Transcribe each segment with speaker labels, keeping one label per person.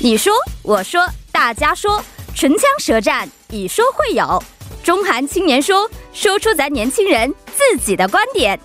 Speaker 1: 你说，我说，大家说，唇枪舌战，以说会友。中韩青年说，说出咱年轻人自己的观点。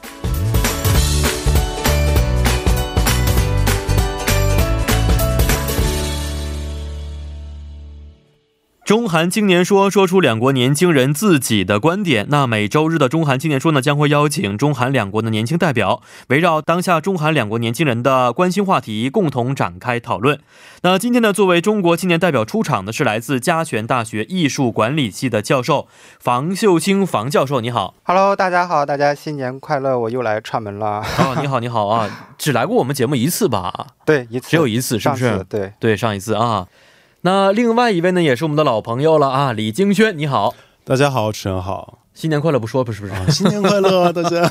Speaker 2: 中韩青年说说出两国年轻人自己的观点。那每周日的中韩青年说呢，将会邀请中韩两国的年轻代表，围绕当下中韩两国年轻人的关心话题，共同展开讨论。那今天呢，作为中国青年代表出场的是来自嘉泉大学艺术管理系的教授房秀清房教授，你好。
Speaker 3: Hello，大家好，大家新年快乐！我又来串门了。
Speaker 2: 哦，你好，你好啊，只来过我们节目一次吧？
Speaker 3: 对，一次
Speaker 2: 只有一次，是不
Speaker 3: 上
Speaker 2: 是
Speaker 3: 次？对，
Speaker 2: 对，上一次啊。那另外一位呢，也是我们的老朋友了啊，李京轩，你好。
Speaker 4: 大家好，主持人好，
Speaker 2: 新年快乐不说不是不是，
Speaker 4: 新年快乐 啊，大家！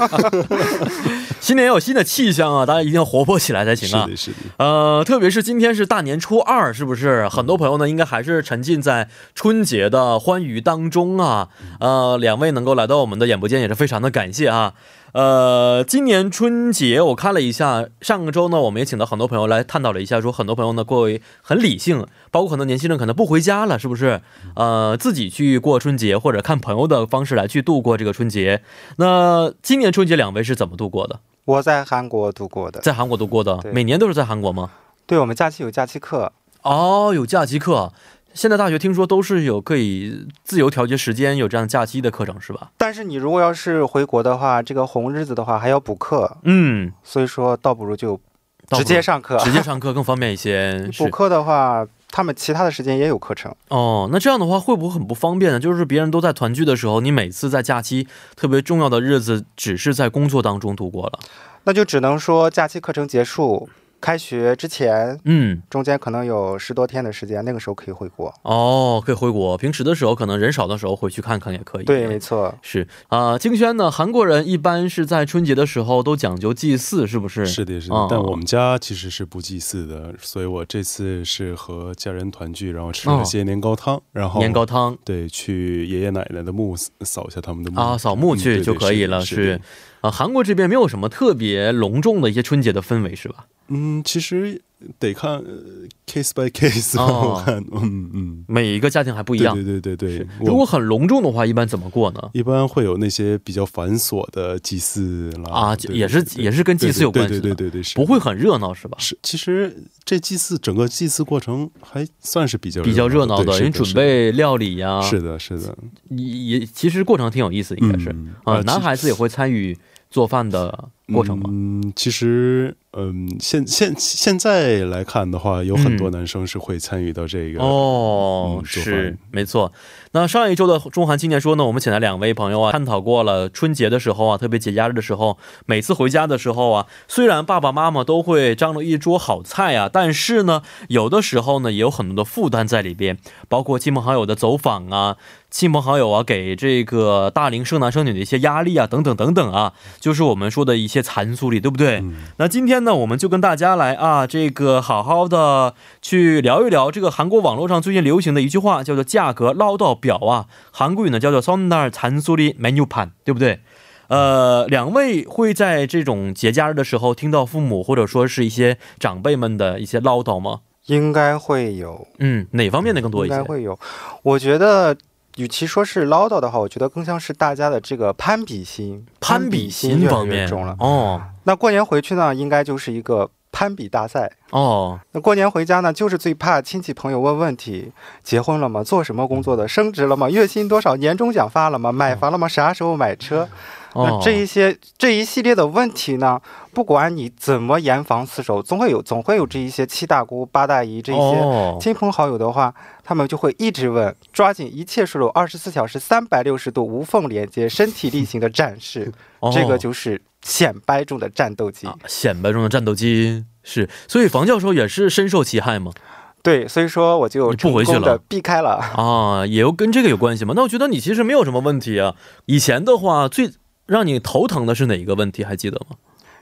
Speaker 2: 新年要有新的气象啊，大家一定要活泼起来才
Speaker 4: 是
Speaker 2: 行啊
Speaker 4: 的，。是的，
Speaker 2: 呃，特别是今天是大年初二，是不是？很多朋友呢，应该还是沉浸在春节的欢愉当中啊。呃，两位能够来到我们的演播间，也是非常的感谢啊。呃，今年春节我看了一下，上个周呢，我们也请到很多朋友来探讨了一下，说很多朋友呢过为很理性，包括很多年轻人可能不回家了，是不是？呃，自己去过春节，或者看朋友的方式来去度过这个春节。那今年春节两位是怎么度过的？
Speaker 3: 我在韩国度过的。
Speaker 2: 在韩国度过的？
Speaker 3: 对
Speaker 2: 每年都是在韩国吗？
Speaker 3: 对我们假期有假期课，
Speaker 2: 哦，有假期课。现在大学听说都是有可以自由调节时间，有这样假期的课程是吧？
Speaker 3: 但是你如果要是回国的话，这个红日子的话还要补课，
Speaker 2: 嗯，
Speaker 3: 所以说倒不如就
Speaker 2: 倒不
Speaker 3: 直
Speaker 2: 如
Speaker 3: 接上课。
Speaker 2: 直接上课更方便一 些。
Speaker 3: 补
Speaker 2: 是
Speaker 3: 课的话，他们其他的时间也有课程。
Speaker 2: 哦，那这样的话会不会很不方便呢？就是别人都在团聚的时候，你每次在假期特别重要的日子，只是在工作当中度过了。
Speaker 3: 那就只能说假期课程结束，开学之前
Speaker 2: 嗯，
Speaker 3: 中间可能有十多天的时间，那个时候可以回国。
Speaker 2: 哦，可以回国。平时的时候可能人少的时候回去看看也可以。
Speaker 3: 对，没错，
Speaker 2: 是啊、呃。金轩呢，韩国人一般是在春节的时候都讲究祭祀，是不是？
Speaker 4: 是的，是
Speaker 2: 嗯
Speaker 4: 的。但我们家其实是不祭祀的，所以我这次是和家人团聚，然后吃
Speaker 2: 哦
Speaker 4: 了些年糕汤，然后
Speaker 2: 年糕汤。
Speaker 4: 对，去爷爷奶奶的墓扫一下他们的墓
Speaker 2: 啊，扫墓
Speaker 4: 嗯对
Speaker 2: 去
Speaker 4: 对
Speaker 2: 就可以了，
Speaker 4: 是的
Speaker 2: 是
Speaker 4: 的。
Speaker 2: 啊，韩国这边没有什么特别隆重的一些春节的氛围，是吧？
Speaker 4: 嗯，其实得看呃 case by case，吧
Speaker 2: 哦
Speaker 4: 我看，嗯嗯，
Speaker 2: 每一个家庭还不一
Speaker 4: 对
Speaker 2: 样。
Speaker 4: 对对对对。
Speaker 2: 如果
Speaker 4: 我
Speaker 2: 很隆重的话，一般怎么过呢？
Speaker 4: 一般会有那些比较繁琐的祭祀啦，
Speaker 2: 啊
Speaker 4: 对
Speaker 2: 也是
Speaker 4: 对对
Speaker 2: 也是跟祭祀有关系的
Speaker 4: 对对对对对，是
Speaker 2: 不会很热闹，是吧？
Speaker 4: 是，其实这祭祀整个祭祀过程还算是比较
Speaker 2: 比较热闹
Speaker 4: 对
Speaker 2: 的，
Speaker 4: 是
Speaker 2: 因为准备料理呀、
Speaker 4: 是的，是的，是的
Speaker 2: 也也其实过程挺有意思，应该是
Speaker 4: 嗯
Speaker 2: 啊、
Speaker 4: 啊其
Speaker 2: 男孩子也会参与做饭的过程嘛。
Speaker 4: 嗯，其实，嗯，现现现在来看的话，有很多男生是会参与到这
Speaker 2: 嗯
Speaker 4: 个，
Speaker 2: 哦，
Speaker 4: 嗯做饭
Speaker 2: 是没错。那上一周的中韩青年说呢，我们请来两位朋友啊，探讨过了春节的时候啊，特别节假日的时候，每次回家的时候啊，虽然爸爸妈妈都会张罗一桌好菜啊，但是呢，有的时候呢，也有很多的负担在里边，包括亲朋好友的走访啊，亲朋好友啊，给这个大龄剩男剩女的一些压力啊，等等等等啊，就是我们说的一些残俗里，对不对？那今天呢，我们就跟大家来啊，这个好好的去聊一聊这个韩国网络上最近流行的一句话，叫做“价格唠叨表”啊，韩国语呢叫做 “sonar 잔소리메뉴판”，对不对？呃，两位会在这种节假日的时候听到父母或者说是一些长辈们的一些唠叨吗？
Speaker 3: 应该会有。
Speaker 2: 嗯，哪方面的更多一
Speaker 3: 应
Speaker 2: 些
Speaker 3: 该？会有。我觉得，与其说是唠叨的话，我觉得更像是大家的这个攀比心，
Speaker 2: 攀
Speaker 3: 比
Speaker 2: 比
Speaker 3: 心
Speaker 2: 心
Speaker 3: 越来
Speaker 2: 方
Speaker 3: 越
Speaker 2: 面
Speaker 3: 重了。
Speaker 2: 哦
Speaker 3: 那过年回去呢，应该就是一个攀比大赛。
Speaker 2: 哦，
Speaker 3: 那过年回家呢，就是最怕亲戚朋友问问题：结婚了吗？做什么工作的？升职了吗？月薪多少？年终奖发了吗？买房了吗？啥时候买车？
Speaker 2: 哦
Speaker 3: 那这一些这一系列的问题呢，不管你怎么严防死守，总会有总会有这一些七大姑八大姨这一些
Speaker 2: 哦
Speaker 3: 亲朋好友的话，他们就会一直问，抓紧一切出路，二十四小时、三百六十度无缝连接，身体力行的展示，
Speaker 2: 哦
Speaker 3: 这个就是显摆中的战斗机。
Speaker 2: 啊显摆中的战斗机是，所以房教授也是深受其 害嘛。
Speaker 3: 对，所以说我就
Speaker 2: 你不回去
Speaker 3: 成功地
Speaker 2: 了
Speaker 3: 避 开了。
Speaker 2: 啊，也有跟这个有关系吗？那我觉得你其实没有什么问题啊。以前的话，最让你头疼的是哪一个问题？还记得吗？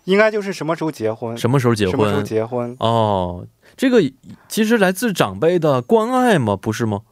Speaker 3: 应该就是什么时候结婚？
Speaker 2: 什么时候结
Speaker 3: 什么时候
Speaker 2: 婚？
Speaker 3: 结婚？
Speaker 2: 哦，这个其实来自长辈的关爱嘛，不是吗？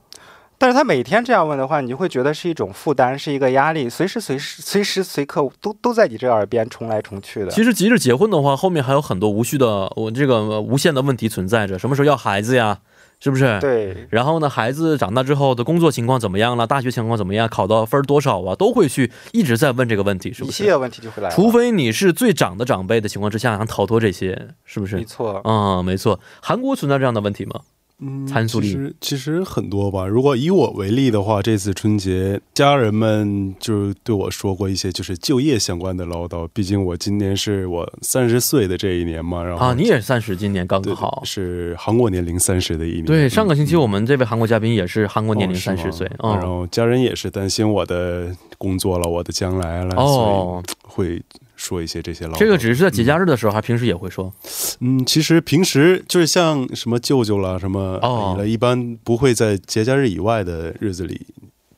Speaker 3: 但是他每天这样问的话，你就会觉得是一种负担，是一个压力，随时随时随时随刻都都在你这耳边重来重去的。
Speaker 2: 其实即使结婚的话，后面还有很多无序的，我这个无限的问题存在着。什么时候要孩子呀？是不是？。
Speaker 3: 对，
Speaker 2: 然后呢，孩子长大之后的工作情况怎么样了？大学情况怎么样？考到分儿多少啊？都会去一直在问这个问题，是
Speaker 3: 一
Speaker 2: 不
Speaker 3: 系
Speaker 2: 是？
Speaker 3: 列问题就会来了。
Speaker 2: 除非你是最长的长辈的情况之下，想逃脱这些，是不
Speaker 3: 没
Speaker 2: 是？
Speaker 3: 错，
Speaker 2: 啊、没错。韩国存在这样的问题吗？
Speaker 4: 嗯
Speaker 2: 参数力
Speaker 4: 其实其实很多吧。如果以我为例的话，这次春节家人们就是对我说过一些就是就业相关的唠叨。毕竟我今年是我三十岁的这一年嘛，然后
Speaker 2: 啊，你也是三十，今年刚
Speaker 4: 对对
Speaker 2: 好。
Speaker 4: 是韩国年龄三十的一年。嗯
Speaker 2: 对，上个星期
Speaker 4: 我。
Speaker 2: 我们这位韩国嘉宾也是韩国年龄
Speaker 4: 哦是
Speaker 2: 三
Speaker 4: 吗
Speaker 2: 十岁，
Speaker 4: 然
Speaker 2: 嗯，
Speaker 4: 后家人也是担心我的工作了，我的将来了，
Speaker 2: 哦，
Speaker 4: 所以会说一些这些唠叨。
Speaker 2: 这个只是在节假日的时候，还平时也会说。
Speaker 4: 嗯，其实平时就是像什么舅舅啦、什么
Speaker 2: 哦
Speaker 4: 阿姨了，一般不会在节假日以外的日子里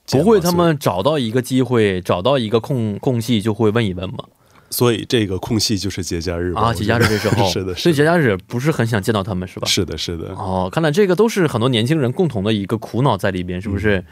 Speaker 4: 见
Speaker 2: 不
Speaker 4: 嘛。
Speaker 2: 会，他们找到一个机会，找到一个空空隙就会问一问嘛。
Speaker 4: 所以，所以这个空隙就是节假日吧
Speaker 2: 啊，节假日这时 候，
Speaker 4: 是的
Speaker 2: 所以
Speaker 4: 是
Speaker 2: 节假日不是很想见到他们，是吧？
Speaker 4: 是的，是的，
Speaker 2: 哦，看来这个都是很多年轻人共同的一个苦恼在里边，是不是？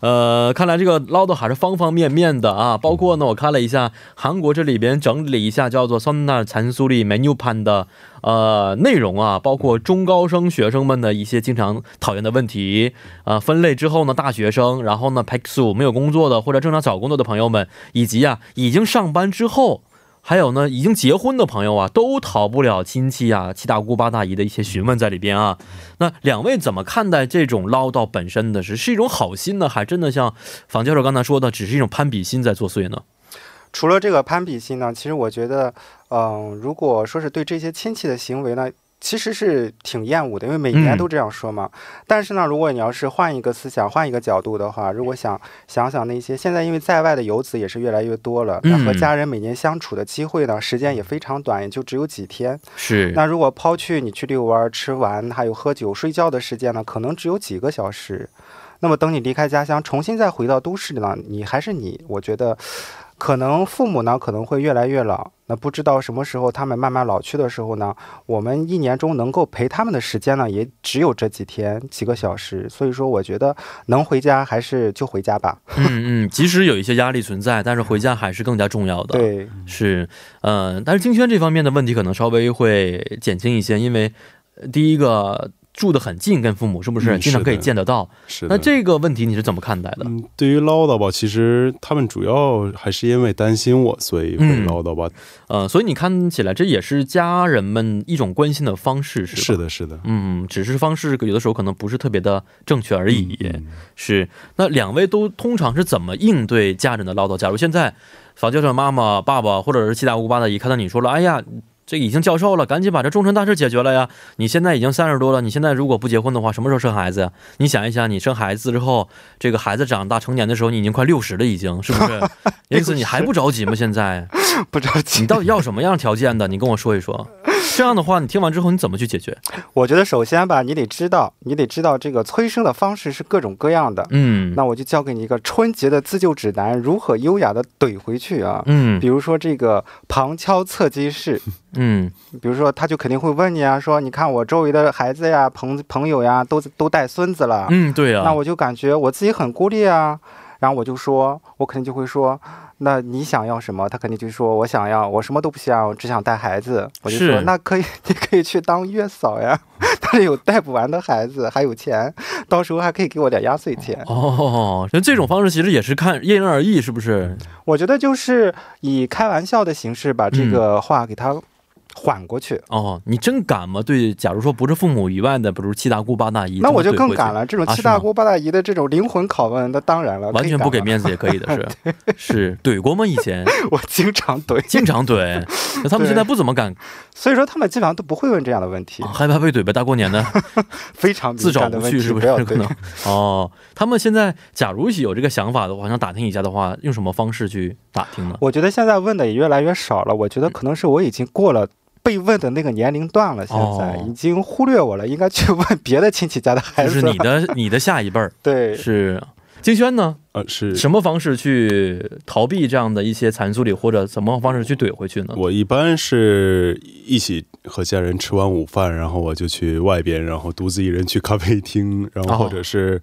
Speaker 2: 呃，看来这个唠叨还是方方面面的啊，包括呢，我看了一下韩国这里边整理一下叫做“酸辣残苏里 menu pan” 的呃内容啊，包括中高生学生们的一些经常讨厌的问题啊、呃分类之后呢，大学生，然后呢 p e x u 没有工作的或者正常找工作的朋友们，以及啊已经上班之后。还有呢，已经结婚的朋友啊，都逃不了亲戚啊、七大姑八大姨的一些询问在里边啊。那两位怎么看待这种唠叨本身的是是一种好心呢，还真的像房教授刚才说的，只是一种攀比心在作祟呢？
Speaker 3: 除了这个攀比心呢，其实我觉得，嗯、如果说是对这些亲戚的行为呢，其实是挺厌恶的，因为每年
Speaker 2: 嗯
Speaker 3: 都这样说嘛。但是呢，如果你要是换一个思想、换一个角度的话，如果想想想那些现在因为在外的游子也是越来越多了，那和
Speaker 2: 嗯
Speaker 3: 家人每年相处的机会呢，时间也非常短，也就只有几天。
Speaker 2: 是
Speaker 3: 那如果抛去你去遛弯儿、吃完，还有喝酒、睡觉的时间呢，可能只有几个小时。那么等你离开家乡，重新再回到都市呢，你还是你。我觉得，可能父母呢可能会越来越老，那不知道什么时候他们慢慢老去的时候呢，我们一年中能够陪他们的时间呢，也只有这几天几个小时。所以说，我觉得能回家还是就回家吧。
Speaker 2: 嗯嗯，即使有一些压力存在，但是回家还是更加重要的。，
Speaker 3: 对，
Speaker 2: 是，嗯、但是金轩这方面的问题可能稍微会减轻一些，因为呃第一个住得很近，跟父母是不是、
Speaker 4: 嗯
Speaker 2: 经常可以
Speaker 4: 是的
Speaker 2: 见得到？
Speaker 4: 是的。
Speaker 2: 那这个问题你是怎么看待的？
Speaker 4: 嗯，对于唠叨吧，其实他们主要还是因为担心我，所以会
Speaker 2: 嗯
Speaker 4: 唠叨吧。
Speaker 2: 呃，所以你看起来这也是家人们一种关心的方式，是吧？
Speaker 4: 是的，是的。
Speaker 2: 嗯，只是方式有的时候可能不是特别的正确而已。
Speaker 4: 嗯
Speaker 2: 是，那两位都通常是怎么应对家人的唠叨？假如现在房教授的妈妈、爸爸或者是七大姑八大姨看到你说了，哎呀。这已经教授了，赶紧把这终身大事解决了呀！你现在已经三十多了，你现在如果不结婚的话，什么时候生孩子呀？你想一想，你生孩子之后，这个孩子长大成年的时候，你已经快六十了，已经是不 是？因此你还不着急吗？现在
Speaker 3: 不着
Speaker 2: 嗯
Speaker 3: 急
Speaker 2: 你。到底要什么样条件的？你跟我说一说。这样的话，你听完之后你怎么去解决？
Speaker 3: 我觉得首先吧，你得知道，你得知道这个催生的方式是各种各样的。
Speaker 2: 嗯，
Speaker 3: 那我就教给你一个春节的自救指南，如何优雅的怼回去啊。
Speaker 2: 嗯
Speaker 3: 比如说这个旁敲侧击式，
Speaker 2: 嗯
Speaker 3: 比如说他就肯定会问你啊，说你看我周围的孩子呀、朋朋友呀，都都带孙子了，
Speaker 2: 嗯，对啊，
Speaker 3: 那我就感觉我自己很孤立啊。然后我就说，我肯定就会说，那你想要什么？他肯定就说我想要，我什么都不想，我只想带孩子。我就是说那可以，你可以去当月嫂呀， 但是有带不完的孩子，还有钱，到时候还可以给我点压岁钱。
Speaker 2: 哦，那这种方式其实也是看因人而异，是不是？
Speaker 3: 我觉得就是以开玩笑的形式把这个话给他缓过去，
Speaker 2: 哦，你真敢吗？对，假如说不是父母以外的，比如七大姑八大姨，
Speaker 3: 那我就
Speaker 2: 这么怼
Speaker 3: 更
Speaker 2: 回去
Speaker 3: 敢。了。这种
Speaker 2: 啊
Speaker 3: 七
Speaker 2: 是吗
Speaker 3: 大姑八大姨的这种灵魂拷问，那当然了，
Speaker 2: 完全不给
Speaker 3: 子。
Speaker 2: 面子也可以的是，是怼过吗？以前
Speaker 3: 我经常怼，
Speaker 2: 经常怼，那他们现在不怎么敢，
Speaker 3: 所以说他们基本上都不会问这样的问题，
Speaker 2: 啊害怕被怼呗。大过年 的，
Speaker 3: 非常
Speaker 2: 自
Speaker 3: 敏
Speaker 2: 找
Speaker 3: 感的
Speaker 2: 无
Speaker 3: 问
Speaker 2: 趣
Speaker 3: 题，
Speaker 2: 是不
Speaker 3: 不
Speaker 2: 是
Speaker 3: 要？
Speaker 2: 可
Speaker 3: 怼
Speaker 2: 能。 哦，他们现在假如有这个想法的话，想打听一下的话，用什么方式去打听呢？
Speaker 3: 我觉得现在问的也越来越少了，我觉得可能是我已经过了。被问的那个年龄段了，现在、
Speaker 2: 哦
Speaker 3: 已经忽略我了，应该去问别的亲戚家的孩
Speaker 2: 就
Speaker 3: 子
Speaker 2: 是
Speaker 3: 了。
Speaker 2: 你的你的下一辈儿
Speaker 3: 对，
Speaker 2: 是金轩呢？
Speaker 4: 啊，是
Speaker 2: 什么方式去逃避这样的一些残素里，或者什么方式去怼回去呢？
Speaker 4: 我一般是一起和家人吃完午饭，然后我就去外边，然后独自一人去咖啡厅，然后
Speaker 2: 哦
Speaker 4: 或者是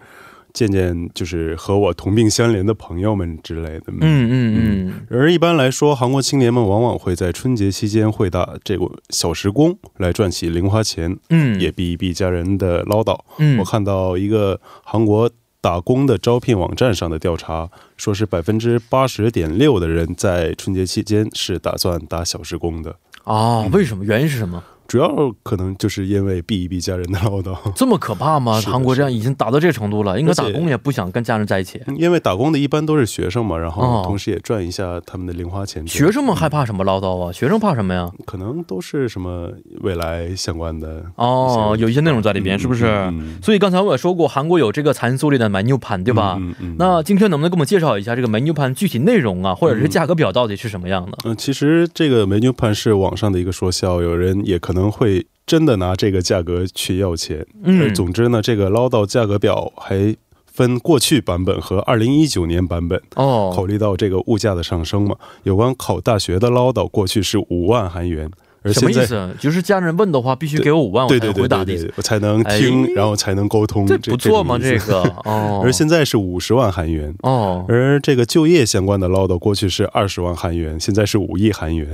Speaker 4: 见见就是和我同病相怜的朋友们之类的。
Speaker 2: 嗯嗯嗯，
Speaker 4: 而一般来说，韩国青年们往往会在春节期间会打这个小时工来赚取零花钱，
Speaker 2: 嗯
Speaker 4: 也避一避家人的唠叨。
Speaker 2: 嗯
Speaker 4: 我看到一个韩国打工的招聘网站上的调查，说是百分之八十点六的人在春节期间是打算打小时工的，嗯
Speaker 2: 哦，为什么？原因是什么？
Speaker 4: 主要可能就是因为避一避家人的唠叨。
Speaker 2: 这么可怕吗？
Speaker 4: 是的嗯
Speaker 2: 韩国这样已经打到这个程度了，应该打工也不想跟家人在一起。
Speaker 4: 因为打工的一般都是学生嘛，然
Speaker 2: 哦
Speaker 4: 后同时也赚一下他们的零花钱之类的。
Speaker 2: 学生们害怕什么唠叨啊？学生怕什么呀？
Speaker 4: 可能都是什么未来相关的
Speaker 2: 哦，
Speaker 4: 是
Speaker 2: 有一些内容在里边，是不是？
Speaker 4: 嗯
Speaker 2: 所以刚才我也说过，韩国有这个残苏里的买牛盘，对吧？
Speaker 4: 嗯嗯嗯
Speaker 2: 那今天能不能给我们介绍一下这个买牛盘具体内容啊，或者是价格表到底是什么样的？
Speaker 4: 嗯，其实这个美女盘是网上的一个说笑，有人也可能会真的拿这个价格去要钱。
Speaker 2: 嗯
Speaker 4: 而总之呢，这个唠叨价格表还分过去版本和二零一九年版本。考
Speaker 2: 哦，
Speaker 4: 虑到这个物价的上升嘛，有关考大学的唠叨过去是五万韩元，而
Speaker 2: 什么
Speaker 4: 现
Speaker 2: 意
Speaker 4: 在
Speaker 2: 思？啊就是家人问的话，必须给我五万，我
Speaker 4: 对
Speaker 2: 才
Speaker 4: 对
Speaker 2: 能回
Speaker 4: 对
Speaker 2: 答
Speaker 4: 对
Speaker 2: 的意思
Speaker 4: 对，。我才能听，然后才能沟通，
Speaker 2: 这不错吗？
Speaker 4: 这
Speaker 2: 这
Speaker 4: 种意思
Speaker 2: 个哦，
Speaker 4: 而现在是五十万韩元，
Speaker 2: 哦，
Speaker 4: 而这个就业相关的唠叨，过去是二十万韩元，现在是五亿韩元。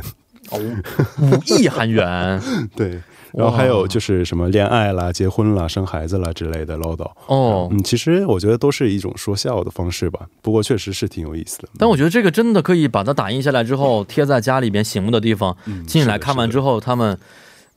Speaker 2: 五亿韩元
Speaker 4: 对，然后还有就是什么恋爱啦、结婚啦、生孩子啦之类的唠叨。
Speaker 2: 哦。
Speaker 4: 嗯，其实我觉得都是一种说笑的方式吧，不过确实是挺有意思的。
Speaker 2: 但我觉得这个真的可以把它打印下来之后贴在家里边醒目的地方，
Speaker 4: 嗯
Speaker 2: 进来看完之，后，他们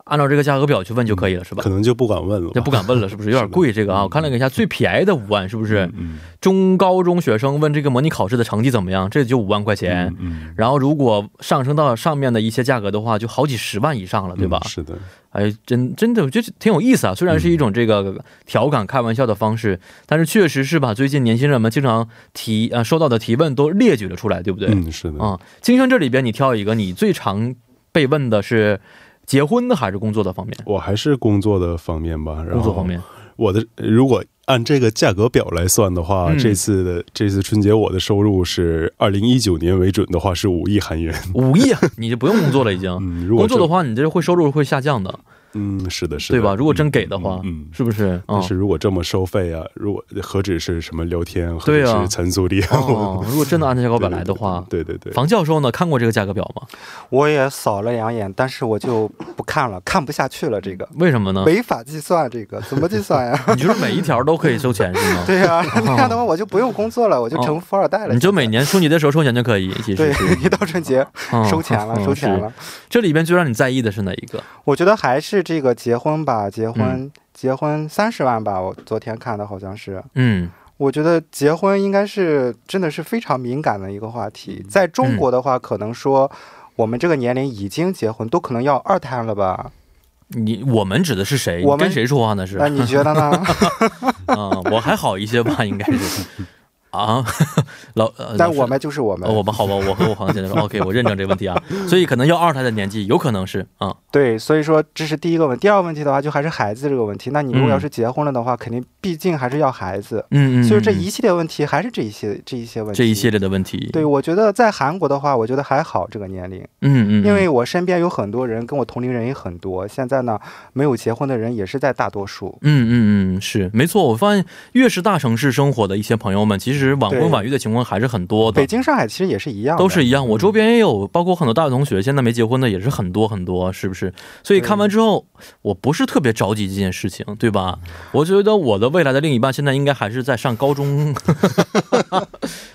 Speaker 2: 按照这个价格表去问就可以了，是
Speaker 4: 是
Speaker 2: 吧
Speaker 4: 的是的可？能就不敢问了吧。
Speaker 2: 那不敢问了，是不 是有点贵？这个啊，我看了一下，最便宜的五万，是不是？
Speaker 4: 嗯，
Speaker 2: 中高中学生问这个模拟考试的成绩怎么样，这就五万块钱
Speaker 4: 嗯。嗯，
Speaker 2: 然后如果上升到上面的一些价格的话，就好几十万以上了，对吧
Speaker 4: 嗯？是的，
Speaker 2: 哎，真真的，我觉得挺有意思啊。虽然是一
Speaker 4: 嗯
Speaker 2: 种这个调侃、开玩笑的方式，但是确实是把最近年轻人们经常提啊、呃、收到的提问都列举了出来，对不对？
Speaker 4: 嗯，是的。
Speaker 2: 啊，金生这里边你挑一个，你最常被问的是结婚的还是工作的方面？
Speaker 4: 我还是工作的方面吧，然后
Speaker 2: 工作方 面，
Speaker 4: 我的如果按这个价格表来算的话，
Speaker 2: 嗯
Speaker 4: 这次的这次春节我的收入是二零一九年为准的话是五亿韩元。
Speaker 2: 五亿啊你就不用工作了，已经。
Speaker 4: 嗯，如果
Speaker 2: 工作的话，
Speaker 4: 话，
Speaker 2: 你这会收入会下降的，
Speaker 4: 嗯，是的，是的，
Speaker 2: 对吧？如果真给的话，
Speaker 4: 嗯。嗯嗯
Speaker 2: 是不是？啊
Speaker 4: 但、是如果这么收费啊，如果何止是什么聊天，何
Speaker 2: 对
Speaker 4: 止
Speaker 2: 啊
Speaker 4: 是参宿力啊，
Speaker 2: 哦，如果真的按照价格
Speaker 4: 我
Speaker 2: 表来的话，
Speaker 4: 对对对，对
Speaker 2: 房教授呢看过这个价格表吗？
Speaker 3: 我也扫了两眼，但是我就不看了，看不下去了。这个
Speaker 2: 为什么呢？
Speaker 3: 没法计算，这个怎么计算 呀？
Speaker 2: 你就是每一条都可以收钱是吗？
Speaker 3: 对呀、那样的话我就不用工作了，我就成富二代了。
Speaker 2: 你就每年春节的时候收钱哦就 可以，其
Speaker 3: 对
Speaker 2: 实
Speaker 3: 一到春节
Speaker 2: 嗯
Speaker 3: 收钱了，
Speaker 2: 嗯
Speaker 3: 收钱
Speaker 2: 是
Speaker 3: 了。
Speaker 2: 这里边最让你在意的是哪一个？
Speaker 3: 我觉得还是这个结婚吧，结婚、
Speaker 2: 嗯
Speaker 3: 结婚三十万吧，我昨天看的好像是。
Speaker 2: 嗯，
Speaker 3: 我觉得结婚应该是真的是非常敏感的一个话题，
Speaker 2: 嗯
Speaker 3: 在中国的话，可能说我们这个年龄已经结婚，都可能要二胎了吧？
Speaker 2: 你我们指的是谁？
Speaker 3: 我
Speaker 2: 你
Speaker 3: 们
Speaker 2: 跟谁说话呢？是
Speaker 3: 那
Speaker 2: 啊、
Speaker 3: 你觉 得呢？
Speaker 2: 我还好一些吧，应该 是啊， 老呃
Speaker 3: 那
Speaker 2: 老师
Speaker 3: 我们就是我们，
Speaker 2: 呃我们好吧，我和我朋友 现在说 OK，我认证这个问题啊，所以可能要二胎的年纪，有可能是啊，
Speaker 3: 对，所以说这是第一个问题。第二个问题的话，就还是孩子这个问题。那你如
Speaker 2: 嗯
Speaker 3: 果要是结婚了的话，肯定毕竟还是要孩子，
Speaker 2: 嗯嗯，
Speaker 3: 所以这
Speaker 2: 嗯
Speaker 3: 一系列问题还是这一些这一些问题。
Speaker 2: 这一系列的问题，
Speaker 3: 对，我觉得在韩国的话，我觉得还好这个年龄，
Speaker 2: 嗯嗯，
Speaker 3: 因为我身边有很多人跟我同龄人也很多，现在呢没有结婚的人也是在大多数。
Speaker 2: 嗯嗯嗯是没错，我发现越是大城市生活的一些朋友们，其实晚婚
Speaker 3: 对
Speaker 2: 晚育的情况还是很多的
Speaker 3: 北。京、上海其实也是一样的，
Speaker 2: 都是一样，我周边也有，包括很多大学同学，现在没结婚的也是很多很多，是不是？所以看完之后，我不是特别着急这件事情，对吧？我觉得我的未来的另一半现在应该还是在上高 中，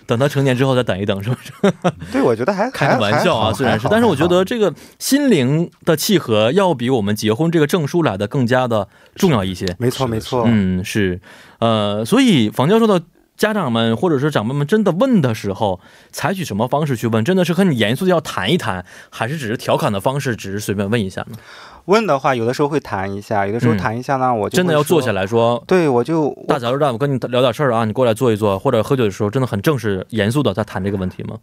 Speaker 2: 等他成年之后再等一等，是不是？
Speaker 3: 对，我觉得还
Speaker 2: 开
Speaker 3: 还
Speaker 2: 个玩笑啊，
Speaker 3: 还好
Speaker 2: 虽然
Speaker 3: 还
Speaker 2: 是，
Speaker 3: 好
Speaker 2: 但是我
Speaker 3: 还
Speaker 2: 觉
Speaker 3: 好
Speaker 2: 得这个心灵的契合要比我们结婚这个证书来的更加的重要一些。
Speaker 3: 没错
Speaker 4: 是
Speaker 3: 没
Speaker 4: 的
Speaker 3: 错，
Speaker 2: 嗯，是，呃，所以房教授的家长们或者是长辈们真的问的时候，采取什么方式去问？真的是很严肃的要谈一谈，还是只是调侃的方式，只是随便问一下呢？
Speaker 3: 问的话有的时候会谈一下，有的时候
Speaker 2: 嗯
Speaker 3: 谈一下呢，我就
Speaker 2: 真的
Speaker 3: 会
Speaker 2: 要坐
Speaker 3: 说
Speaker 2: 下。来说。
Speaker 3: 对，我就我
Speaker 2: 大脚蛋，我跟你聊点事儿啊，你过来坐一坐，或者喝酒的时候，真的很正式、严肃的在谈这个问题吗？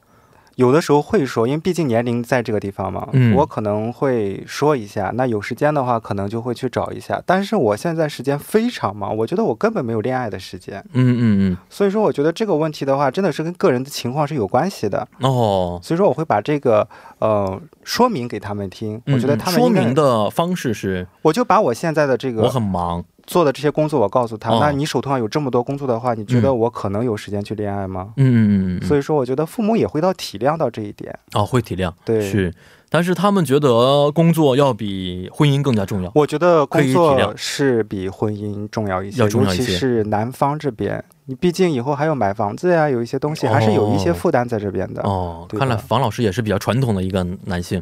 Speaker 3: 有的时候会说，因为毕竟年龄在这个地方嘛，
Speaker 2: 嗯
Speaker 3: 我可能会说一下。那有时间的话，可能就会去找一下。但是我现在时间非常忙，我觉得我根本没有恋爱的时间。
Speaker 2: 嗯嗯
Speaker 3: 所以说，我觉得这个问题的话，真的是跟个人的情况是有关系的。
Speaker 2: 嗯，哦，
Speaker 3: 所以说，我会把这个呃说明给他们听。我觉得
Speaker 2: 嗯嗯
Speaker 3: 他们
Speaker 2: 说
Speaker 3: 应该
Speaker 2: 明，的方式是
Speaker 3: 我就把我现在的这个
Speaker 2: 我很忙，
Speaker 3: 做的这些工作，我告诉他，
Speaker 2: 哦
Speaker 3: 那你手头上有这么多工作的话，你觉得
Speaker 2: 嗯
Speaker 3: 我可能有时间去恋爱吗？
Speaker 2: 嗯嗯嗯嗯，
Speaker 3: 所以说，我觉得父母也会到体谅到这一点。
Speaker 2: 哦，会体谅，
Speaker 3: 对
Speaker 2: 是，但是他们觉得工作要比婚姻更加重要。
Speaker 3: 我觉得
Speaker 2: 可以
Speaker 3: 工
Speaker 2: 体
Speaker 3: 作
Speaker 2: 谅
Speaker 3: 是比婚姻重要一些，
Speaker 2: 要重要一
Speaker 3: 尤
Speaker 2: 些
Speaker 3: 其是南方这边，你毕竟以后还要买房子呀，有一些东西还是有一些
Speaker 2: 哦
Speaker 3: 负担在这边的。
Speaker 2: 哦，
Speaker 3: 对
Speaker 2: 看来
Speaker 3: 的
Speaker 2: 房老师也是比较传统的一个男性，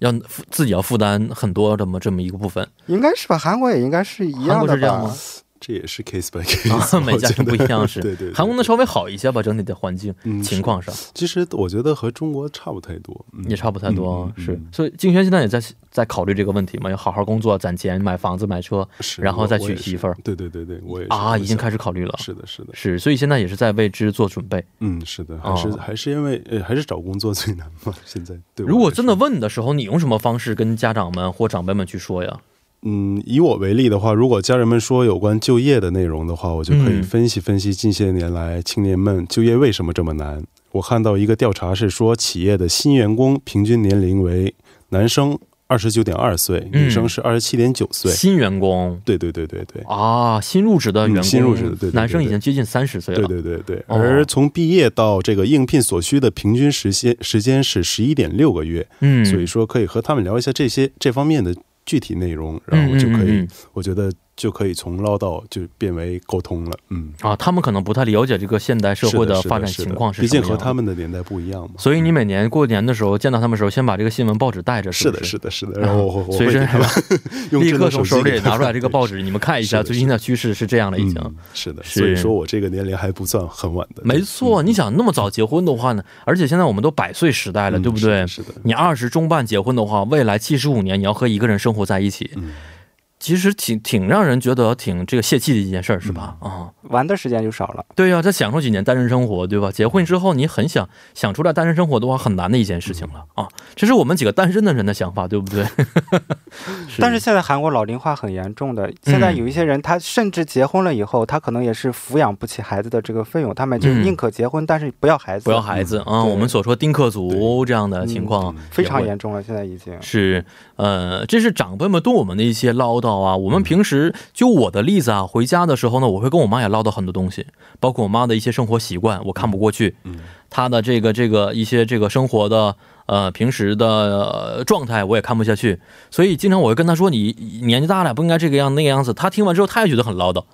Speaker 2: 要负自己要负担很多这么这么一个部分。
Speaker 3: 应该是吧？韩国也应该是一
Speaker 2: 韩
Speaker 3: 样
Speaker 2: 国
Speaker 3: 的
Speaker 2: 是这样
Speaker 3: 吧
Speaker 2: 吗？？
Speaker 4: 这也是 case by
Speaker 2: 啊
Speaker 4: case，、
Speaker 2: 每家庭不一样是。
Speaker 4: 对对对
Speaker 2: 韩国的稍微好一些吧，整体的环境、
Speaker 4: 嗯
Speaker 2: 情况上
Speaker 4: 其实我觉得和中国差不太多，嗯、
Speaker 2: 也差不太多。
Speaker 4: 嗯嗯嗯
Speaker 2: 是，所以静轩现在也在在考虑这个问题嘛，要好好工作、攒钱、买房子、买车，
Speaker 4: 是
Speaker 2: 然后再
Speaker 4: 我
Speaker 2: 娶媳妇儿。
Speaker 4: 我也是对对对对，我也是
Speaker 2: 啊，已经开
Speaker 4: 始
Speaker 2: 始考虑了。
Speaker 4: 是的，是的，
Speaker 2: 是，所以现在也是在为之做准备。
Speaker 4: 嗯，是的，还是、
Speaker 2: 哦
Speaker 4: 还是因为呃，还是找工作最难嘛。现在对我来说，
Speaker 2: 如果真的问的时候，你用什么方式跟家长们或长辈们去说呀？
Speaker 4: 嗯，以我为例的话，如果家人们说有关就业的内容的话，我就可以
Speaker 2: 嗯
Speaker 4: 分析分析近些年来青年们就业为什么这么难。我看到一个调查是说，企业的新员工平均年龄为男生二十九点二岁，
Speaker 2: 嗯
Speaker 4: 女生是二十七点九岁。
Speaker 2: 新员工
Speaker 4: 对对对对对。
Speaker 2: 啊，新入职的员工，
Speaker 4: 嗯新入职的对对对
Speaker 2: 男生已经接近三十岁了。
Speaker 4: 对对对对，
Speaker 2: 哦
Speaker 4: 而从毕业到这个应聘所需的平均时间时间是十一点六个月，
Speaker 2: 嗯，
Speaker 4: 所以说可以和他们聊一下这些这方面的具体内容，然后就可以，
Speaker 2: 嗯嗯嗯
Speaker 4: 我觉得就可以从唠叨就变为沟通了，嗯。
Speaker 2: 嗯啊，他们可能不太了解这个现代社会
Speaker 4: 是
Speaker 2: 的
Speaker 4: 是
Speaker 2: 发展
Speaker 4: 是
Speaker 2: 情况是
Speaker 4: 毕
Speaker 2: 什
Speaker 4: 竟
Speaker 2: 么
Speaker 4: 和
Speaker 2: 样
Speaker 4: 他
Speaker 2: 的。
Speaker 4: 们的年代不一样嘛。
Speaker 2: 所以你每年过年的时候见到他们的时候，先把这个新闻报纸带着，
Speaker 4: 是
Speaker 2: 不
Speaker 4: 的，
Speaker 2: 是啊
Speaker 4: 是的，是的。 然后我我我
Speaker 2: 随
Speaker 4: 会
Speaker 2: 身
Speaker 4: 给他们 用
Speaker 2: 立
Speaker 4: 智能
Speaker 2: 刻从
Speaker 4: 手
Speaker 2: 手里
Speaker 4: 机给他
Speaker 2: 拿
Speaker 4: 们
Speaker 2: 出来这个
Speaker 4: 对
Speaker 2: 报纸，你们看一
Speaker 4: 是
Speaker 2: 下
Speaker 4: 的
Speaker 2: 最新的趋势是这样了，已经。
Speaker 4: 嗯是的，
Speaker 2: 是
Speaker 4: 所以说我这个年龄还不算很晚的。
Speaker 2: 没错，
Speaker 4: 嗯
Speaker 2: 你想那么早结婚的话呢？而且现在我们都百岁时代了，
Speaker 4: 嗯
Speaker 2: 对不
Speaker 4: 是
Speaker 2: 对
Speaker 4: 的？是的，
Speaker 2: 你二十中半结婚的话，未来七十五年你要和一个人生活在一起，
Speaker 4: 嗯
Speaker 2: 其实挺挺让人觉得挺这个泄气的一件事儿，是吧？啊、
Speaker 4: 嗯
Speaker 3: 玩的时间就少了。
Speaker 2: 对呀、再享受几年单身生活，对吧？结婚之后，你很想想出来单身生活的话，很难的一件事情了
Speaker 3: 嗯
Speaker 2: 啊！这是我们几个单身的人的想法，对不 对？
Speaker 3: 但是现在韩国老龄化很严重的，现
Speaker 2: 嗯
Speaker 3: 在有一些人他甚至结婚了以后，他可能也是抚养不起孩子的这个费用，他们就
Speaker 2: 嗯
Speaker 3: 宁可结婚，但是不要孩子，
Speaker 2: 不要孩子啊、
Speaker 3: 嗯对
Speaker 2: 我们所说丁克族这样的情况、
Speaker 4: 嗯嗯
Speaker 3: 非常
Speaker 2: 也会
Speaker 3: 严重了，现在已经。
Speaker 2: 是，呃，这是长辈们对我们的一些唠叨啊。我们平时就我的例子啊，回家的时候呢，我会跟我妈也唠叨很多东西，包括我妈的一些生活习惯，我看不过去。
Speaker 4: 嗯
Speaker 2: 她的这个这个一些这个生活的呃平时的、呃状态，我也看不下去。所以经常我会跟她说：“你你年纪大了，不应该这个样那个样子。”她听完之后，她也觉得很唠叨。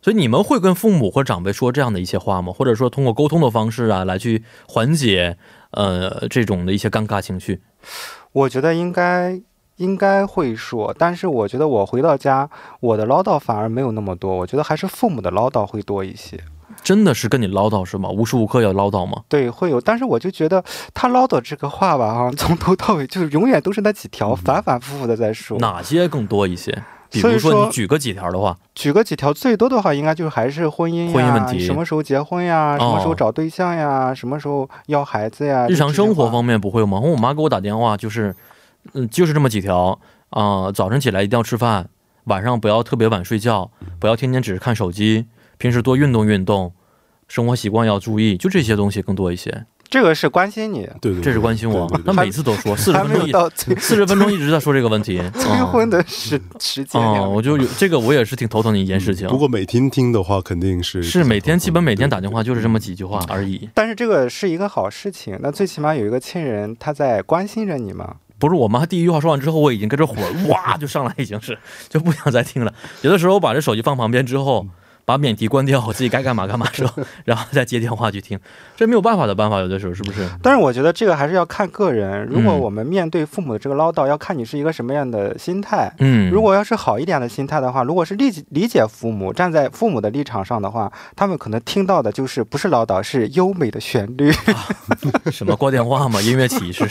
Speaker 2: 所以你们会跟父母或者长辈说这样的一些话吗？或者说通过沟通的方式啊，来去缓解呃这种的一些尴尬情绪？
Speaker 3: 我觉得应该应该会说，但是我觉得我回到家，我的唠叨反而没有那么多，我觉得还是父母的唠叨会多一些。
Speaker 2: 真的是跟你唠叨是吗？无时无刻要唠叨吗？
Speaker 3: 对，会有，但是我就觉得他唠叨这个话吧，哈，从头到尾就是永远都是那几
Speaker 2: 嗯
Speaker 3: 条，反反复复的在说。
Speaker 2: 哪些更多一些？比
Speaker 3: 所
Speaker 2: 如
Speaker 3: 以
Speaker 2: 说
Speaker 3: 说
Speaker 2: 你举个几条的话，
Speaker 3: 举个几条，最多的话应该就是还是婚姻呀，
Speaker 2: 婚姻问题哦
Speaker 3: 什么时候结婚呀，什么时候找对象呀，什么时候要孩子呀，
Speaker 2: 日常生活
Speaker 3: 方
Speaker 2: 方面不会吗？我妈给我打电话就是，嗯，就是这么几条啊、早晨起来一定要吃饭，晚上不要特别晚睡觉，不要天天只是看手机，平时多运动运动，生活习惯要注意，就这些东西更多一些。
Speaker 3: 这个是关心你，
Speaker 4: 对对，对
Speaker 2: 这是关心我
Speaker 4: 对对，
Speaker 2: 那
Speaker 4: 对
Speaker 2: 每次都说四十
Speaker 3: 还
Speaker 2: 分
Speaker 3: 没
Speaker 2: 钟
Speaker 3: 有
Speaker 2: 一
Speaker 3: 到 催
Speaker 2: 四十分钟一直在说这个问题。
Speaker 3: 催
Speaker 2: 啊
Speaker 3: 婚的时时间
Speaker 2: 啊，
Speaker 3: 呀。
Speaker 2: 我就有这个，我也是挺头疼的一件事情。
Speaker 4: 不过每天听的话，肯定是
Speaker 2: 是每天基
Speaker 3: 嗯
Speaker 2: 本每天打电话就是这么
Speaker 4: 几
Speaker 2: 几句话而已。
Speaker 3: 但是这个是一个好事情，那最起码有一个亲人他在关心着你嘛。
Speaker 2: 不是我妈第一句话说完之后，我已经跟着火哇就上来，已经是就不想再听了。有的时候我把这手机放旁边之
Speaker 3: 嗯
Speaker 2: 后，把免提关掉，我自己该干嘛干嘛之后，然后再接电话去听，这没有办法的办法，有的时候是不是？
Speaker 3: 但是我觉得这个还是要看个人，如果
Speaker 2: 嗯
Speaker 3: 我们面对父母的这个唠叨，要看你是一个什么样的心态。
Speaker 2: 嗯，
Speaker 3: 如果要是好一点的心态的话，如果是理解理解父母，站在父母的立场上的话，他们可能听到的就是不是唠叨，是优美的旋 律。
Speaker 2: 嗯什么挂电话嘛，音乐起是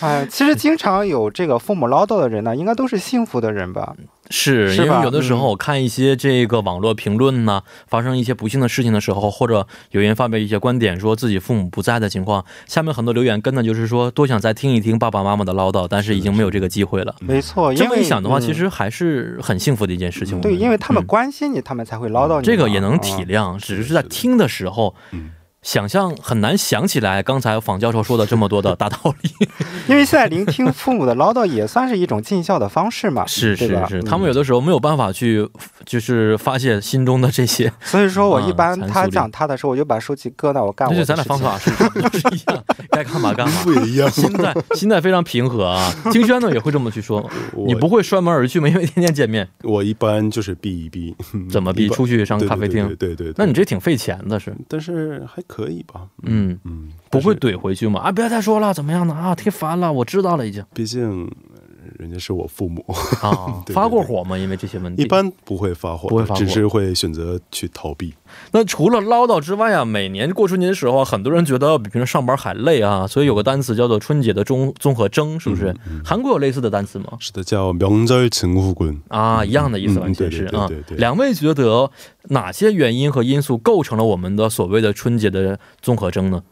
Speaker 3: 哎，其实经常有这个父母唠叨的人呢，应该都是幸福的人吧？
Speaker 2: 嗯是，因
Speaker 3: 是
Speaker 2: 为
Speaker 3: 吧
Speaker 2: 有的时候我看一些这个网络评论呢、发生一些不幸的事情的时候，或者有人发表一些观点，说自己父母不在的情况，下面很多留言跟的就是说多想再听一听爸爸妈妈的唠叨，但是已经没有这个机会了。
Speaker 3: 没错，
Speaker 2: 这
Speaker 3: 因
Speaker 2: 么
Speaker 3: 为
Speaker 2: 一想的话，
Speaker 3: 嗯
Speaker 2: 其实还是很幸福的一件事情。
Speaker 3: 对，因为他们
Speaker 2: 嗯
Speaker 3: 关心你，他们才会唠叨你嘛。
Speaker 2: 这个也能体
Speaker 3: 嗯
Speaker 2: 谅，只是在听的时候
Speaker 4: 嗯，
Speaker 2: 想象很难想起来刚才访教授说的这么多的大道理。
Speaker 3: 因为现在聆听父母的唠叨也算是一种尽孝的方式嘛，
Speaker 2: 是
Speaker 3: 对
Speaker 2: 是
Speaker 3: 吧嗯
Speaker 2: 是，他们有的时候没有办法去就是发泄心中的这些。
Speaker 3: 所以说我一般
Speaker 2: 嗯
Speaker 3: 他讲他的时候，我就把书籍搁那，我干
Speaker 2: 那
Speaker 3: 我
Speaker 2: 就
Speaker 3: 的
Speaker 2: 咱俩
Speaker 3: 事
Speaker 2: 方
Speaker 3: 情
Speaker 2: 法是是一样，该干嘛干嘛。
Speaker 4: 不也一样吗？
Speaker 2: 心态心态非常平和啊，金轩呢也会这么去说，
Speaker 4: 我
Speaker 2: 你不会摔门而去吗？因为天天见面，
Speaker 4: 我一般就是避一避，
Speaker 2: 怎么避？
Speaker 4: 一般
Speaker 2: 出去上
Speaker 4: 对
Speaker 2: 咖啡厅？
Speaker 4: 对对对对对
Speaker 2: 那你这挺费钱的是，
Speaker 4: 但是还可以吧？
Speaker 2: 嗯，
Speaker 4: 嗯，
Speaker 2: 不会
Speaker 4: 但是
Speaker 2: 怼回去吗？啊，不要再说了，怎么样的啊？太烦了，我知道了已 经
Speaker 4: 毕竟呃人家是我父母，，
Speaker 2: 啊
Speaker 4: 对对
Speaker 2: 发过火吗？因为这些问题，
Speaker 4: 一般不会发火，
Speaker 2: 不会发火
Speaker 4: 只是会选择去逃避。
Speaker 2: 那除了唠叨之外啊，每年过春节的时候啊，很多人觉得要比平时上班还累啊，所以有个单词叫做春节的综综合征，是不是、
Speaker 4: 嗯
Speaker 2: 韩国有类似的单词吗？
Speaker 4: 是的，叫명절증후군。
Speaker 2: 啊，一样的意思完
Speaker 4: 嗯
Speaker 2: 全是啊
Speaker 4: 对对对对。对
Speaker 2: 两位觉得哪些原因和因素构成了我们的所谓的春节的综合征呢？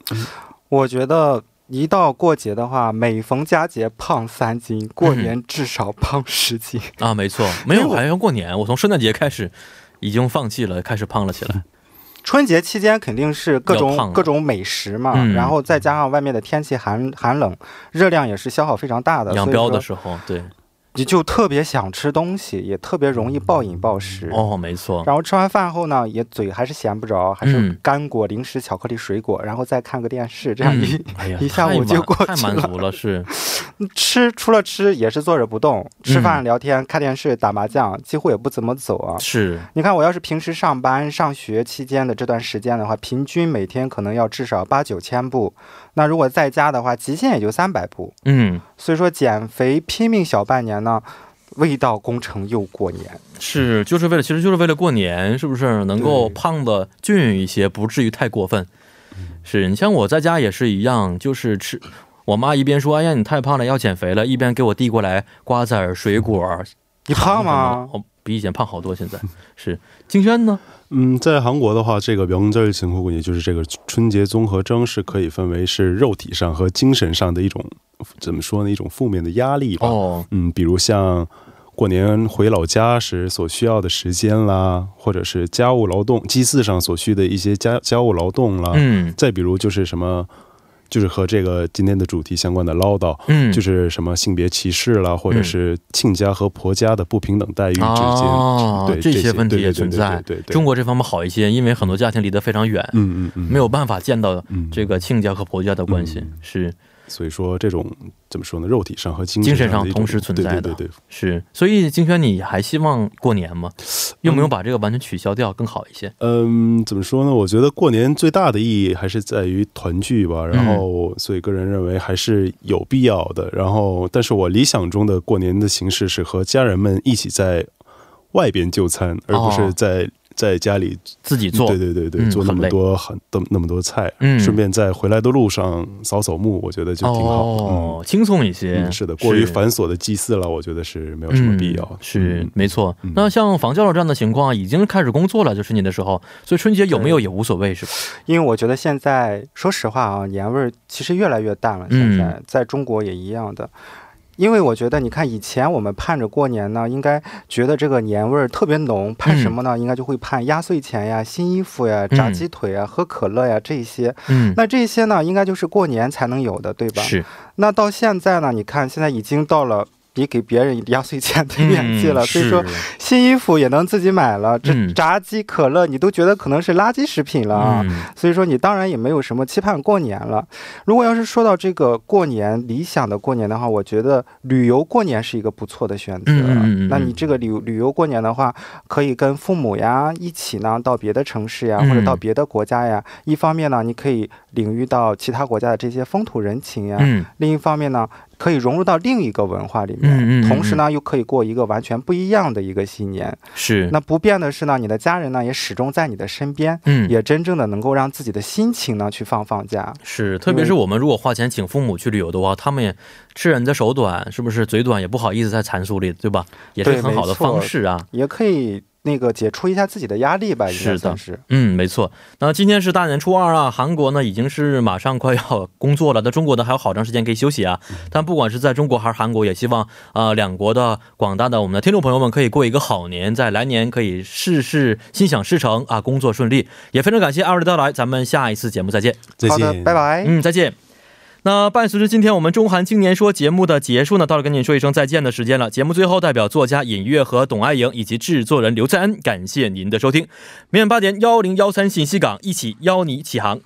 Speaker 3: 我觉得一到过节的话，每逢佳节胖三斤，过年至少胖十斤。
Speaker 2: 啊，没错，没有还要过年，我从圣诞节开始已经放弃了，开始胖了起来。
Speaker 3: 春节期间肯定是各
Speaker 2: 要胖
Speaker 3: 种
Speaker 2: 了
Speaker 3: 各种美食嘛、
Speaker 2: 嗯
Speaker 3: 然后再加上外面的天气寒寒冷，热量也是消耗非常大的，
Speaker 2: 养
Speaker 3: 所以
Speaker 2: 膘
Speaker 3: 说
Speaker 2: 的时候，对，
Speaker 3: 你就特别想吃东西，也特别容易暴饮暴食。
Speaker 2: 哦，没错，
Speaker 3: 然后吃完饭后呢，也嘴还是闲不着，还是
Speaker 2: 嗯
Speaker 3: 干果、零食、巧克力、水果，然后再看个电视，这样一、
Speaker 2: 嗯哎呀
Speaker 3: 一下午
Speaker 2: 太满
Speaker 3: 就过去
Speaker 2: 太满足了，是，
Speaker 3: 吃除了吃也是坐着不动，吃
Speaker 2: 嗯
Speaker 3: 饭、聊天、看电视、打麻将，几乎也不怎么走啊。
Speaker 2: 是，
Speaker 3: 你看，我要是平时上班、上学期间的这段时间的话，平均每天可能要至少八九千步。那如果在家的话，极限也就三百步。
Speaker 2: 嗯，
Speaker 3: 所以说，减肥拼命小半年呢，未到工程又过年。
Speaker 2: 是，就是为了，其实就是为了过年，是不是能够
Speaker 3: 对
Speaker 2: 胖的均匀一些，不至于太过分？
Speaker 4: 嗯
Speaker 2: 是你像我在家也是一样，就是吃。我妈一边说：“哎呀，你太胖了，要减肥了。”一边给我递过来瓜子儿、水果儿。
Speaker 3: 你胖吗？
Speaker 2: 我哦比以前胖好多， 现在是。金轩呢？
Speaker 4: 嗯，在韩国的话，这个명절증후군，也就是这个春节综合征，是可以分为是肉体上和精神上的一种，怎么说呢？一种负面的压力吧。
Speaker 2: 哦，
Speaker 4: 嗯，比如像过年回老家时所需要的时间啦，或者是家务劳动、祭祀上所需的一些家家务劳动啦。
Speaker 2: 嗯
Speaker 4: 再比如就是什么，就是和这个今天的主题相关的唠叨，
Speaker 2: 嗯，
Speaker 4: 就是什么性别歧视啦，或者是亲家和婆家的不平等待遇之间，
Speaker 2: 哦
Speaker 4: 对
Speaker 2: 这
Speaker 4: 这
Speaker 2: 些问题
Speaker 4: 对对
Speaker 2: 也
Speaker 4: 对
Speaker 2: 存
Speaker 4: 对
Speaker 2: 在
Speaker 4: 对对对，
Speaker 2: 中国这方面好一些，因为很多家庭离得非常远，
Speaker 4: 嗯嗯嗯，
Speaker 2: 没有办法见到
Speaker 4: 嗯
Speaker 2: 这个亲家和婆家的关系。
Speaker 4: 嗯
Speaker 2: 是
Speaker 4: 所以说这种怎么说呢？肉体上和精
Speaker 2: 精神
Speaker 4: 神
Speaker 2: 上
Speaker 4: 的一
Speaker 2: 同
Speaker 4: 种
Speaker 2: 时存在的
Speaker 4: 对对对对
Speaker 2: 是，所以金轩，你还希望过年吗？有没有把这个完全取消掉更好一些？
Speaker 4: 嗯，怎么说呢？我觉得过年最大的意义还是在于团聚吧。然
Speaker 2: 嗯
Speaker 4: 后，所以个人认为还是有必要的。然后，但是我理想中的过年的形式是和家人们一起在外边就餐，而不
Speaker 2: 哦
Speaker 4: 是在、在家里
Speaker 2: 自己做
Speaker 4: 对对对对，
Speaker 2: 嗯
Speaker 4: 做那
Speaker 2: 很
Speaker 4: 么
Speaker 2: 累
Speaker 4: 多很那么那么多菜，
Speaker 2: 嗯
Speaker 4: 顺便在回来的路上扫扫墓，我觉得就挺好的。
Speaker 2: 哦
Speaker 4: 嗯，
Speaker 2: 轻松一些。
Speaker 4: 嗯，是的，过于繁琐的祭祀了，我觉得是没有
Speaker 2: 嗯。
Speaker 4: 什么必要的。
Speaker 2: 是
Speaker 4: 嗯
Speaker 2: 没错。
Speaker 4: 嗯
Speaker 2: 那像房教授这样的情况，啊已经开始工作了，就是你的时候，所以春节有没有也无所谓，是吧？
Speaker 3: 因为我觉得现在，说实话啊，年味儿其实越来越淡了。
Speaker 2: 嗯
Speaker 3: 现在、在中国也一样的，因为我觉得，你看以前我们盼着过年呢，应该觉得这个年味儿特别浓，盼什么呢？应该就会盼压岁钱呀、新衣服呀、炸
Speaker 2: 嗯
Speaker 3: 鸡腿呀、喝可乐呀这一些。
Speaker 2: 嗯，
Speaker 3: 那这些呢，应该就是过年才能有的，对吧？
Speaker 2: 是
Speaker 3: 那到现在呢，你看现在已经到了。比给别人压岁钱的年纪了，
Speaker 2: 嗯
Speaker 3: 所以说
Speaker 2: 是
Speaker 3: 新衣服也能自己买了，这
Speaker 2: 嗯
Speaker 3: 炸鸡、可乐你都觉得可能是垃圾食品了啊。
Speaker 2: 嗯
Speaker 3: 所以说你当然也没有什么期盼过年了。如果要是说到这个过年理想的过年的话，我觉得旅游过年是一个不错的选择。啊
Speaker 2: 嗯嗯嗯嗯
Speaker 3: 那你这个旅旅游过年的话，可以跟父母呀一起呢到别的城市呀，
Speaker 2: 嗯
Speaker 3: 或者到别的国家呀。一方面呢，你可以领域到其他国家的这些风土人情呀；
Speaker 2: 嗯
Speaker 3: 另一方面呢，可以融入到另一个文化里
Speaker 2: 嗯嗯
Speaker 3: 面。
Speaker 2: 嗯
Speaker 3: 同时呢，又可以过一个完全不一样的一个新年。
Speaker 2: 是
Speaker 3: 那不变的是呢，你的家人呢也始终在你的身边，
Speaker 2: 嗯
Speaker 3: 也真正的能够让自己的心情呢去放放假。
Speaker 2: 是，特
Speaker 4: 嗯
Speaker 2: 别是我们如果花钱请父母去旅游的话，他们也吃人家手短，是不是嘴短也不好意思在阐述里，对吧？也是
Speaker 3: 对
Speaker 2: 很好的
Speaker 3: 没错
Speaker 2: 方式啊。
Speaker 3: 也可以那个解除一下自己的压力吧，应
Speaker 2: 是的
Speaker 3: 该算是。
Speaker 2: 嗯，没错。那今天是大年初二啊，韩国呢已经是马上快要工作了，那中国呢还有好长时间可以休息啊。但不管是在中国还是韩国，也希望呃两国的广大的我们的听众朋友们可以过一个好年，在来年可以事事心想事成啊，工作顺利。也非常感谢二位的到来，咱们下一次节目再见。
Speaker 4: 再
Speaker 3: 好
Speaker 4: 见
Speaker 3: 的，拜拜。
Speaker 2: 嗯，再见。那伴随着今天我们中韩青年说节目的结束呢，到了跟您说一声再见的时间了。节目最后，代表作家尹月和董爱颖以及制作人刘在恩，感谢您的收听。明晚八点幺零幺三信息港，一起邀你起航。